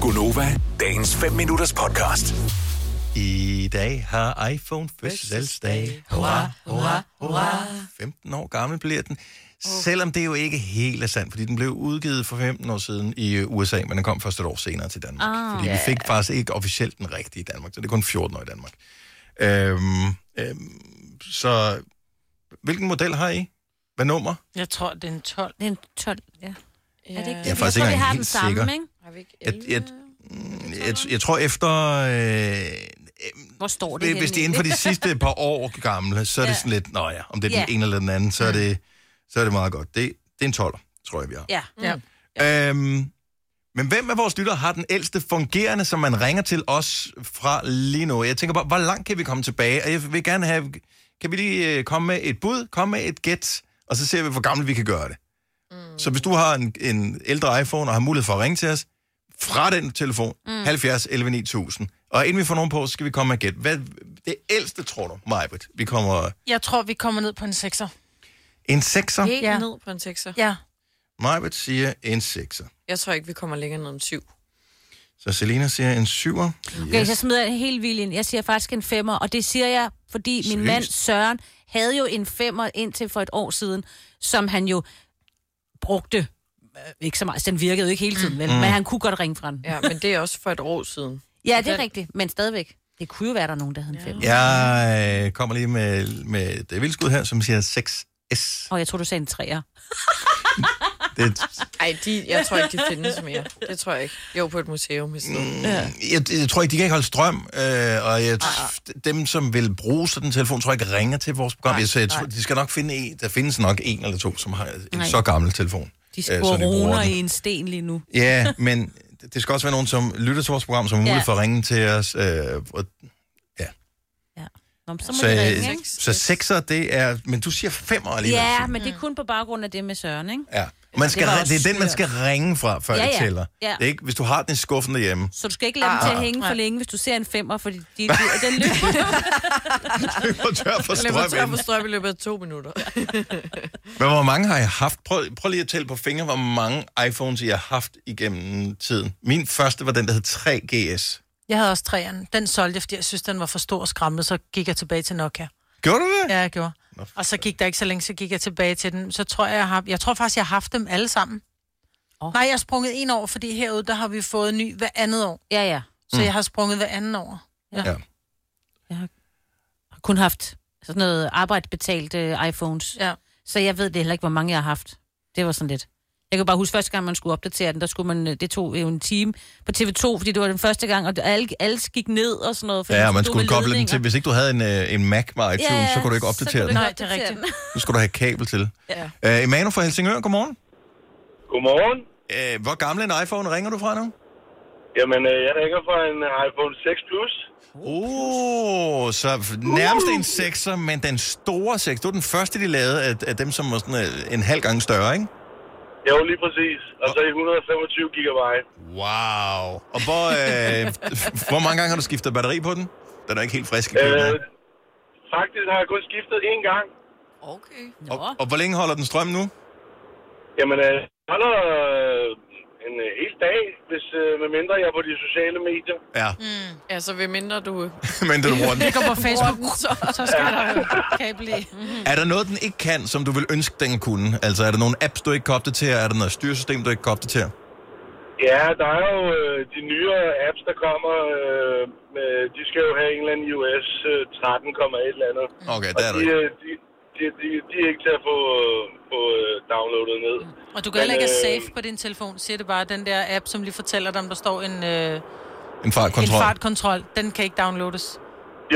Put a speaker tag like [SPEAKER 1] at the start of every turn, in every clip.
[SPEAKER 1] Gunova, dagens 5 minutters podcast.
[SPEAKER 2] I dag har iPhone fødselsdag. Hurra, hurra, hurra. 15 år gammel bliver den. Selvom det jo ikke helt er sandt, fordi den blev udgivet for 15 år siden i øh, USA, men den kom først et år senere til Danmark. Ah, fordi vi fik faktisk ikke officielt den rigtige i Danmark, så det er kun 14 år i Danmark. Øhm, øhm, så hvilken model har I? Hvad nummer?
[SPEAKER 3] Jeg tror, det er en 12.
[SPEAKER 4] Det er en 12, ja. ja. Er det ikke det?
[SPEAKER 2] Jeg er faktisk
[SPEAKER 4] tror,
[SPEAKER 2] ikke
[SPEAKER 4] vi
[SPEAKER 2] engang
[SPEAKER 4] har den
[SPEAKER 2] helt
[SPEAKER 4] samme,
[SPEAKER 2] sikker.
[SPEAKER 4] ikke?
[SPEAKER 3] Har vi ikke
[SPEAKER 2] Jeg,
[SPEAKER 3] 11?
[SPEAKER 2] jeg, mm, jeg, jeg tror efter... Øh,
[SPEAKER 4] Hvor står det
[SPEAKER 2] det, hvis det er inden for de sidste par år gamle, så er det
[SPEAKER 4] Ja.
[SPEAKER 2] sådan lidt, nå ja, om det er
[SPEAKER 4] Ja.
[SPEAKER 2] den ene eller den anden, så er det, så er det meget godt. Det, det er en 12, tror jeg, vi har.
[SPEAKER 4] Ja.
[SPEAKER 3] Ja.
[SPEAKER 2] Øhm, men hvem af vores lyttere har den ældste fungerende, som man ringer til os fra lige nu? Jeg tænker bare, hvor langt kan vi komme tilbage? Og jeg vil gerne have, kan vi lige øh, komme med et bud, komme med et gæt, og så ser vi, hvor gammel vi kan gøre det. Mm. Så hvis du har en, en ældre iPhone og har mulighed for at ringe til os, fra den telefon, mm. 70 11 9000. Og inden vi får nogen på, så skal vi komme med et gæt. Hvad, det ældste, tror du, Majbrit, vi kommer...
[SPEAKER 3] Jeg tror, vi kommer ned på en 6'er.
[SPEAKER 2] En 6'er?
[SPEAKER 5] Helt
[SPEAKER 3] Ja.
[SPEAKER 5] ja. ned på en 6'er.
[SPEAKER 3] Ja.
[SPEAKER 2] Majbrit siger en 6'er.
[SPEAKER 5] Jeg tror ikke, vi kommer længere ned om 7.
[SPEAKER 2] Så Selina siger en 7'er.
[SPEAKER 4] Okay, så smider jeg helt vildt ind. Jeg siger faktisk en femmer, og det siger jeg, fordi min
[SPEAKER 2] Seriøst?
[SPEAKER 4] mand Søren havde jo en femmer indtil for et år siden, som han jo brugte øh, ikke så meget. Så Den virkede jo ikke hele tiden,
[SPEAKER 2] Mm.
[SPEAKER 4] vel? men han kunne godt ringe fra den. Altså-
[SPEAKER 5] Ja, men det er også for et år siden.
[SPEAKER 4] Ja, det er rigtigt, men stadigvæk. Det kunne jo være, der er nogen, der havde en femmer.
[SPEAKER 2] Jeg øh, kommer lige med, med et vildskud her, som siger 6S.
[SPEAKER 4] Og jeg tror, du sagde en træer.
[SPEAKER 2] Det,
[SPEAKER 5] Ej, de, jeg tror ikke, de findes mere. Det tror jeg ikke. Jo, på et museum i
[SPEAKER 2] Mm.
[SPEAKER 5] stedet.
[SPEAKER 2] jeg, jeg tror ikke, de kan ikke holde strøm, øh, og jeg, dem, som vil bruge sådan en telefon, tror jeg ikke ringer til vores program. Nej, så jeg tror, de skal nok finde en. Der findes nok en eller to, som har en
[SPEAKER 4] Nej.
[SPEAKER 2] så gammel telefon.
[SPEAKER 4] De
[SPEAKER 2] øh, så de bruger
[SPEAKER 4] skoroner
[SPEAKER 2] den.
[SPEAKER 4] i en sten lige nu.
[SPEAKER 2] Ja, men det skal også være nogen, som lytter til vores program, som har mulighed
[SPEAKER 4] Ja.
[SPEAKER 2] for at ringe til os. Øh, og,
[SPEAKER 4] Ja. Nå, men så må
[SPEAKER 2] så, øh,
[SPEAKER 4] så, ringe, ikke?
[SPEAKER 2] så sekser, det er... Men du siger femmer alligevel.
[SPEAKER 4] Ja, men det er kun på baggrund af det med Søren, ikke?
[SPEAKER 2] Ja. Man skal,
[SPEAKER 3] var
[SPEAKER 2] det,
[SPEAKER 3] også
[SPEAKER 2] det er den, man skal ringe fra, før
[SPEAKER 4] Ja,
[SPEAKER 2] det
[SPEAKER 4] ja.
[SPEAKER 2] tæller.
[SPEAKER 4] Ja.
[SPEAKER 2] Det er ikke, hvis du har den i skuffen derhjemme,
[SPEAKER 4] Så du skal ikke lade dem til at hænge for længe, hvis du ser en femmer, fordi de, de, den løber.
[SPEAKER 2] løber tør for
[SPEAKER 5] Jeg løber tør
[SPEAKER 2] strøm.
[SPEAKER 5] for strøm i løbet af to minutter.
[SPEAKER 2] Men hvor mange har jeg haft? Prøv, prøv lige at tælle på fingre, hvor mange iPhones jeg har haft igennem tiden. Min første var den, der hed 3GS.
[SPEAKER 3] Jeg havde også 3'eren. Den solgte jeg, fordi jeg synes, den var for stor og skræmmende, så gik jeg tilbage til Nokia.
[SPEAKER 2] Gjorde du det?
[SPEAKER 3] Ja, jeg gjorde. Og så gik der ikke så længe, så gik jeg tilbage til den. Så tror jeg, jeg har... Jeg tror faktisk, jeg har haft dem alle sammen.
[SPEAKER 4] Åh.
[SPEAKER 3] Oh. Nej, jeg har sprunget en over, fordi herude, der har vi fået en ny hver andet år.
[SPEAKER 4] ja, ja.
[SPEAKER 3] Så mm. jeg har sprunget hver anden år.
[SPEAKER 2] Ja.
[SPEAKER 4] Jeg har kun haft sådan noget arbejdsbetalt øh, iPhones.
[SPEAKER 3] Ja.
[SPEAKER 4] Så jeg ved det heller ikke, hvor mange jeg har haft. Det var sådan lidt. Jeg kan bare huske, første gang man skulle opdatere den, der skulle man, øh, det tog jo en time på TV2, fordi det var den første gang, og det- alle, alle gik ned og sådan noget. fordi
[SPEAKER 2] Ja,
[SPEAKER 4] de
[SPEAKER 2] og man
[SPEAKER 4] stod
[SPEAKER 2] skulle
[SPEAKER 4] med
[SPEAKER 2] koble den
[SPEAKER 4] ledninger.
[SPEAKER 2] til. Hvis ikke du havde en, øh, en Mac med iTunes,
[SPEAKER 4] Ja,
[SPEAKER 2] så kunne du ikke opdatere den.
[SPEAKER 4] ikke
[SPEAKER 3] Nej, det er
[SPEAKER 4] opdatere
[SPEAKER 3] rigtigt.
[SPEAKER 4] den.
[SPEAKER 2] Nu skulle du have kabel til.
[SPEAKER 5] Ja.
[SPEAKER 2] Uh, Emanu fra Helsingør, godmorgen.
[SPEAKER 6] Godmorgen.
[SPEAKER 2] Uh, hvor gammel en iPhone ringer du fra nu?
[SPEAKER 6] Jamen, øh, jeg ringer fra en øh, iPhone 6 Plus.
[SPEAKER 2] Oh, så f- nærmest en 6'er, men den store 6. Det var den første, de lavede af, af dem, som var sådan øh, en halv gang større, ikke?
[SPEAKER 6] Jo, lige præcis. Og så i 125 gigabyte.
[SPEAKER 2] Wow. Og hvor, øh, hvor mange gange har du skiftet batteri på den? Den er ikke helt frisk i købet.
[SPEAKER 6] Øh, faktisk har jeg kun skiftet én gang.
[SPEAKER 5] Okay.
[SPEAKER 4] Nå.
[SPEAKER 2] Og, og hvor længe holder den strøm nu?
[SPEAKER 6] Jamen, øh, jeg holder øh, en øh, hel dag, hvis øh, medmindre jeg er på de sociale medier.
[SPEAKER 2] Ja,
[SPEAKER 5] Altså, ved mindre du...
[SPEAKER 2] men du bruger den.
[SPEAKER 3] Det går på Facebook, så, så skal der jo kabel i.
[SPEAKER 2] Er der noget, den ikke kan, som du vil ønske, den kunne? Altså, er der nogle apps, du ikke kan opdatere? Er der noget styresystem, du ikke kan opdatere?
[SPEAKER 6] Ja, der er jo øh, de nyere apps, der kommer. Øh, med, de skal jo have en eller anden iOS øh, 13, et eller andet.
[SPEAKER 2] Okay,
[SPEAKER 6] Og
[SPEAKER 2] der er der
[SPEAKER 6] de,
[SPEAKER 2] ikke.
[SPEAKER 6] øh, de, de, de, de er ikke til at få, få øh, downloadet ned.
[SPEAKER 3] Og du kan heller ikke
[SPEAKER 6] Men,
[SPEAKER 3] have
[SPEAKER 6] øh,
[SPEAKER 3] safe på din telefon, siger det bare. Den der app, som lige fortæller dig, om der står en, øh, en
[SPEAKER 2] En fartkontrol.
[SPEAKER 3] fartkontrol, den kan ikke downloades.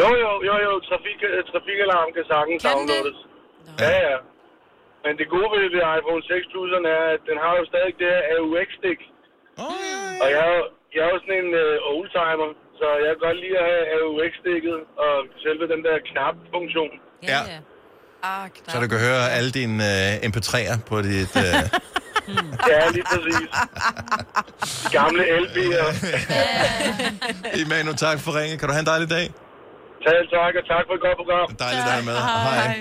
[SPEAKER 6] Jo, jo, jo, jo. Trafik, øh, trafikalarm kan sagtens
[SPEAKER 5] Kan den det?
[SPEAKER 6] downloades. Ja, ja. Men det gode ved, ved iPhone 6000 er, at den har jo stadig det her AUX-stik.
[SPEAKER 2] Oh, ja.
[SPEAKER 6] Og jeg, er jo- jeg er jo sådan en øh, oldtimer, så jeg kan godt lide at have AUX-stikket og selve den der knap-funktion.
[SPEAKER 2] Ja.
[SPEAKER 4] ja.
[SPEAKER 5] Ah,
[SPEAKER 2] Så du kan høre alle dine uh, MP3'er på dit... Uh...
[SPEAKER 6] Ja, lige præcis. De gamle elbiler.
[SPEAKER 2] Emanu, tak for ringe. Kan du have en dejlig dag?
[SPEAKER 6] Tak, tak, og tak for et godt program.
[SPEAKER 2] Dejligt at have med. Hej.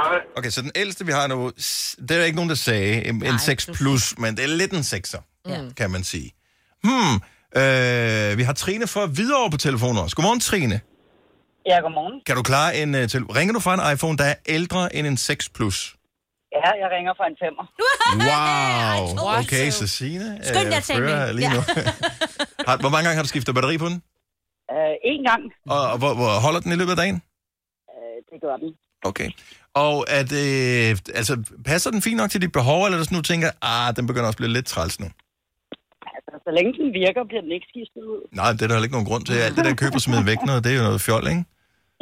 [SPEAKER 6] Hej.
[SPEAKER 2] Okay, så den ældste, vi har nu, s- det er der ikke nogen, der sagde en, en 6 plus, men det er lidt en 6'er,
[SPEAKER 4] Ja.
[SPEAKER 2] kan man sige. Hmm, Øh, vi har Trine fra Hvidovre på telefonen også. Godmorgen, Trine.
[SPEAKER 7] Ja, godmorgen.
[SPEAKER 2] Kan du klare en... Uh, til... Ringer du fra en iPhone, der er ældre end en 6 Plus?
[SPEAKER 7] Ja, jeg ringer fra en femmer.
[SPEAKER 2] Wow.
[SPEAKER 4] told
[SPEAKER 2] Okay,
[SPEAKER 4] you.
[SPEAKER 2] så Signe
[SPEAKER 4] Skynd
[SPEAKER 2] øh,
[SPEAKER 4] jer, Tammy.
[SPEAKER 2] fører lige
[SPEAKER 4] Ja.
[SPEAKER 2] nu. Har- hvor mange gange har du skiftet batteri på den?
[SPEAKER 7] Øh, en gang,
[SPEAKER 2] Og, og hvor, hvor holder den i løbet af dagen?
[SPEAKER 7] øh, det gør den.
[SPEAKER 2] Okay. Og at, øh, altså, passer den fint nok til dit behov, eller er det sådan, du tænker, ah, den begynder også at blive lidt træls nu?
[SPEAKER 7] Altså, så længe den virker, bliver den ikke skiftet ud.
[SPEAKER 2] Nej, det er der heller ikke nogen grund til. Alt det der køb og smid væk noget, det er jo noget fjol, ikke?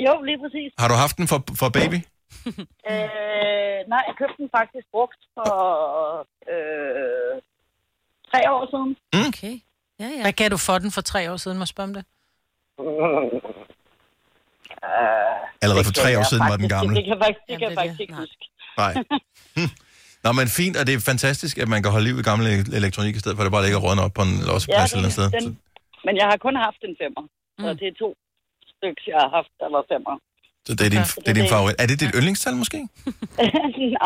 [SPEAKER 7] Jo, lige præcis.
[SPEAKER 2] Har du haft den for, for baby?
[SPEAKER 7] Øh, nej, jeg købte den faktisk brugt for øh, tre år siden.
[SPEAKER 2] Mm.
[SPEAKER 4] Okay. Ja, ja.
[SPEAKER 3] Hvad gav du for den for tre år siden, må jeg spørge om det?
[SPEAKER 2] Allerede for
[SPEAKER 7] Det kan
[SPEAKER 2] tre år
[SPEAKER 7] jeg
[SPEAKER 2] siden var den
[SPEAKER 7] faktisk-
[SPEAKER 2] gammel.
[SPEAKER 7] Det kan jeg faktisk, det
[SPEAKER 4] Jamen,
[SPEAKER 7] kan
[SPEAKER 4] det
[SPEAKER 7] jeg
[SPEAKER 4] er
[SPEAKER 7] faktisk
[SPEAKER 4] det.
[SPEAKER 7] ikke
[SPEAKER 2] Nej.
[SPEAKER 4] Nej.
[SPEAKER 7] huske.
[SPEAKER 2] Hm. Nå, men fint, og det er fantastisk, at man kan holde liv i gammel e- elektronik, i stedet for at det bare ligger rådne op på en losseplads ja, eller et sted.
[SPEAKER 7] den,
[SPEAKER 2] Så,
[SPEAKER 7] men jeg har kun haft en femmer. Mm. Så det er to stykker, jeg har haft, der var femmer.
[SPEAKER 2] så det, er din, det er din favorit. Er det dit yndlingstal måske?
[SPEAKER 7] nej,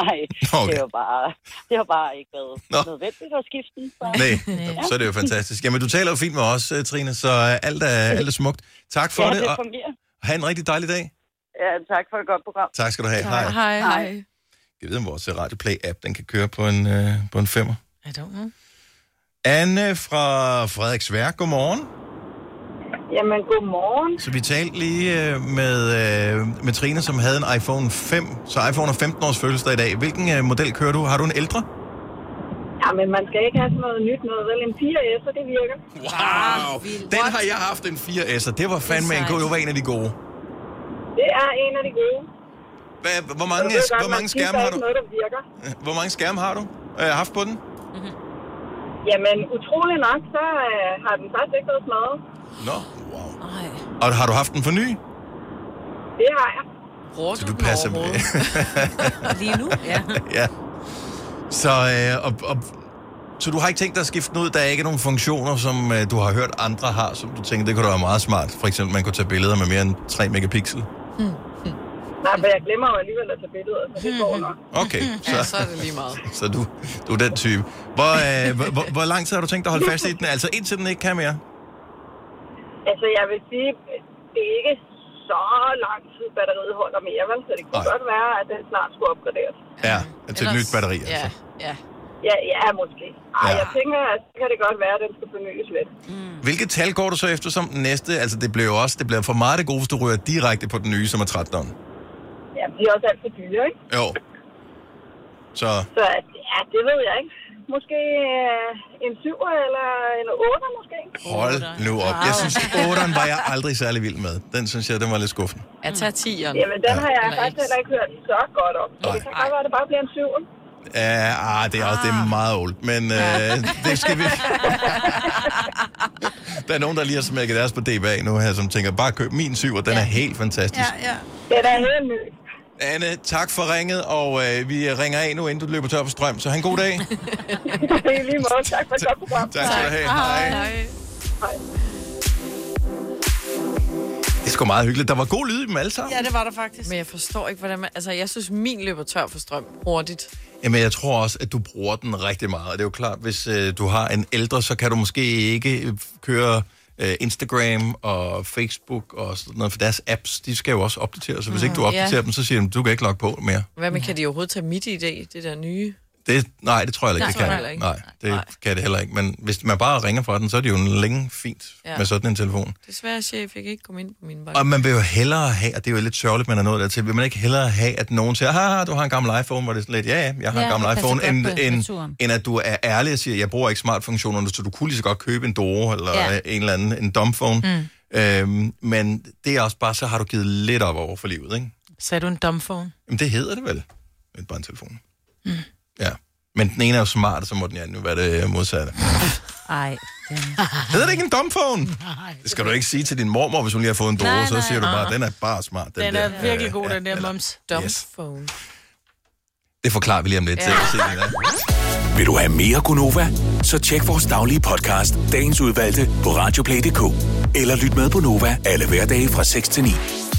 [SPEAKER 2] Okay.
[SPEAKER 7] det har bare, det har bare ikke været
[SPEAKER 2] Nå.
[SPEAKER 7] nødvendigt at skifte den. Så.
[SPEAKER 2] Nej, så er det jo fantastisk. Jamen, du taler jo fint med os, øh, Trine, så øh, alt er, alt er smukt. Tak for
[SPEAKER 7] ja,
[SPEAKER 2] det,
[SPEAKER 7] det
[SPEAKER 2] og
[SPEAKER 7] fungerer.
[SPEAKER 2] ha' en rigtig dejlig dag.
[SPEAKER 7] Ja, tak for et godt program.
[SPEAKER 2] Tak skal du have. Hej.
[SPEAKER 5] Hej.
[SPEAKER 7] Hej.
[SPEAKER 2] Jeg ved, om vores øh, Radio Play-app, den kan køre på en, øh, på en femmer.
[SPEAKER 3] I don't know.
[SPEAKER 2] Anne fra Frederiksværk, godmorgen.
[SPEAKER 7] Jamen, godmorgen.
[SPEAKER 2] Så vi talte lige øh, med, øh, med Trine, som havde en iPhone 5. Så iPhone er 15 års fødselsdag i dag. Hvilken øh, model kører du? Har du en ældre?
[SPEAKER 7] Ja, men man skal ikke have sådan noget nyt noget, vel? En 4S, det virker.
[SPEAKER 2] Wow! Den har jeg haft en 4S'er. Det var fandme en
[SPEAKER 4] sejt.
[SPEAKER 2] god. Det var en af de gode.
[SPEAKER 7] Det er en af de gode.
[SPEAKER 2] Hvad, hvor, mange, hvor, mange skærme har du,
[SPEAKER 7] noget, der virker.
[SPEAKER 2] hvor mange skærme har du øh, haft på den?
[SPEAKER 7] Jamen, utrolig nok, så øh, har den faktisk ikke været smadret.
[SPEAKER 2] Nå, wow.
[SPEAKER 4] Ej.
[SPEAKER 2] Og har du haft den for ny?
[SPEAKER 7] Det har jeg.
[SPEAKER 5] Bruger
[SPEAKER 2] Så
[SPEAKER 5] du,
[SPEAKER 2] du
[SPEAKER 5] den
[SPEAKER 2] passer med.
[SPEAKER 5] overhovedet?
[SPEAKER 4] Lige nu? Ja.
[SPEAKER 2] ja. Så, øh, og, og, så du har ikke tænkt dig at skifte den ud? Der er ikke nogen funktioner, som øh, du har hørt andre har, som du tænker, det kunne da være meget smart. For eksempel, man kunne tage billeder med mere end 3 megapixel.
[SPEAKER 7] Nej, for jeg glemmer jo alligevel at tage billeder, så det går nok.
[SPEAKER 2] Okay,
[SPEAKER 5] Ja,
[SPEAKER 2] så,
[SPEAKER 5] så er det lige meget.
[SPEAKER 2] så du, du er den type. Hvor, øh, hvor- hvor, hvor lang tid har du tænkt dig at holde fast i den? Altså indtil den ikke kan mere?
[SPEAKER 7] Altså, jeg vil sige, det er ikke så lang tid, batteriet holder mere, vel? Så det kunne
[SPEAKER 2] Nej.
[SPEAKER 7] godt være, at den snart skulle opgraderes.
[SPEAKER 2] Ja, til et nyt batteri. Altså.
[SPEAKER 5] Ja, ja.
[SPEAKER 7] Ja, ja, måske. Ej,
[SPEAKER 2] Ja.
[SPEAKER 7] ja. jeg tænker, at så kan det godt være, at den skal fornyes lidt.
[SPEAKER 2] Hvilke tal går du så efter som den næste? Altså det blev jo også, det blev for meget det gode, hvis du rører direkte på den nye, som er 13.
[SPEAKER 7] Ja, de er også alt for dyre, ikke?
[SPEAKER 2] Jo. Så
[SPEAKER 7] Så ja, det ved jeg ikke. Måske øh, en 7 eller en 8 måske.
[SPEAKER 2] Hold nu op. Jeg synes, 8'eren var jeg aldrig særlig vild med. Den synes jeg, den var lidt skuffende.
[SPEAKER 5] Jeg tager tieren.
[SPEAKER 7] Jamen, den har jeg
[SPEAKER 5] Eller
[SPEAKER 7] faktisk
[SPEAKER 5] X.
[SPEAKER 7] heller ikke hørt så godt om. Så det
[SPEAKER 2] Nej.
[SPEAKER 7] kan godt være, at det bare bliver en 7.
[SPEAKER 2] Uh, ah, det er også det er meget old, men uh, det skal vi... der er nogen, der lige har smækket deres på DBA nu her, som tænker, bare køb min syv, og den er helt fantastisk.
[SPEAKER 3] ja.
[SPEAKER 7] Den er helt ny.
[SPEAKER 2] Anne, tak for ringet, og uh, vi ringer af nu, inden du løber tør for strøm. Så han god dag.
[SPEAKER 7] Det er lige måde. Tak for et godt program.
[SPEAKER 2] tak skal du have. Hej.
[SPEAKER 5] Hej.
[SPEAKER 2] Det er sgu meget hyggeligt. Der var god lyd i dem alle sammen.
[SPEAKER 3] Ja, det var der faktisk.
[SPEAKER 5] Men jeg forstår ikke, hvordan man... Altså, jeg synes, min løber tør for strøm hurtigt.
[SPEAKER 2] Jamen, jeg tror også, at du bruger den rigtig meget. Og det er jo klart, hvis øh, du har en ældre, så kan du måske ikke øh, køre øh, Instagram og Facebook og sådan noget, for deres apps, de skal jo også opdateres. Så hvis ikke du opdaterer
[SPEAKER 5] Mm-hmm. ja.
[SPEAKER 2] dem, så siger de, du kan ikke logge på mere.
[SPEAKER 5] Hvad med, kan de overhovedet tage mit idé, det der nye?
[SPEAKER 2] Det, nej, det tror jeg heller ikke,
[SPEAKER 5] Nej, tror
[SPEAKER 2] det
[SPEAKER 5] jeg
[SPEAKER 2] kan.
[SPEAKER 5] heller ikke.
[SPEAKER 2] Nej, det
[SPEAKER 5] Nej.
[SPEAKER 2] kan det heller ikke. Men hvis man bare ringer fra den, så er det jo længe fint ja.
[SPEAKER 5] Ja.
[SPEAKER 2] med sådan en telefon.
[SPEAKER 5] Desværre, chef, jeg kan ikke komme ind på min bank.
[SPEAKER 2] Og man vil jo hellere have, og det er jo lidt sørgeligt, man er nået dertil, vil man ikke hellere have, at nogen siger, haha, du har en gammel iPhone, hvor det er sådan lidt, ja, ja, jeg har ja,
[SPEAKER 4] Ja,
[SPEAKER 2] en gammel
[SPEAKER 4] det passer
[SPEAKER 2] iPhone,
[SPEAKER 4] godt
[SPEAKER 2] end,
[SPEAKER 4] på
[SPEAKER 2] end,
[SPEAKER 4] naturen.
[SPEAKER 2] end at du er ærlig og siger, jeg bruger ikke smartfunktionerne, så du kunne lige så godt købe en Doro eller ja.
[SPEAKER 4] Ja.
[SPEAKER 2] en eller anden, en dumbphone. Mm. Øhm, men det er også bare, så har du givet lidt op over for livet, ikke?
[SPEAKER 3] Sagde du en dumbphone?
[SPEAKER 2] Jamen, det hedder det vel, en brandtelefon. Mm. Ja. Men den ene er jo smart, og så må den anden jo være det modsatte.
[SPEAKER 4] Ej. Den.
[SPEAKER 2] Hedder det ikke en dumbphone? Det skal du ikke sige til din mormor, hvis hun lige har fået en Doro,
[SPEAKER 4] Nej,
[SPEAKER 2] så
[SPEAKER 4] nej, Ah.
[SPEAKER 2] siger du bare, den er bare smart.
[SPEAKER 3] Den
[SPEAKER 2] der."
[SPEAKER 3] er virkelig god, den der
[SPEAKER 2] eller-
[SPEAKER 3] moms.
[SPEAKER 5] Dumbphone.
[SPEAKER 2] Det forklarer vi lige om lidt. Ja.
[SPEAKER 1] Vil du have mere Gunova? Så tjek vores daglige podcast, dagens udvalgte, på radioplay.dk. Eller lyt med på Nova alle hverdage fra 6 til 9.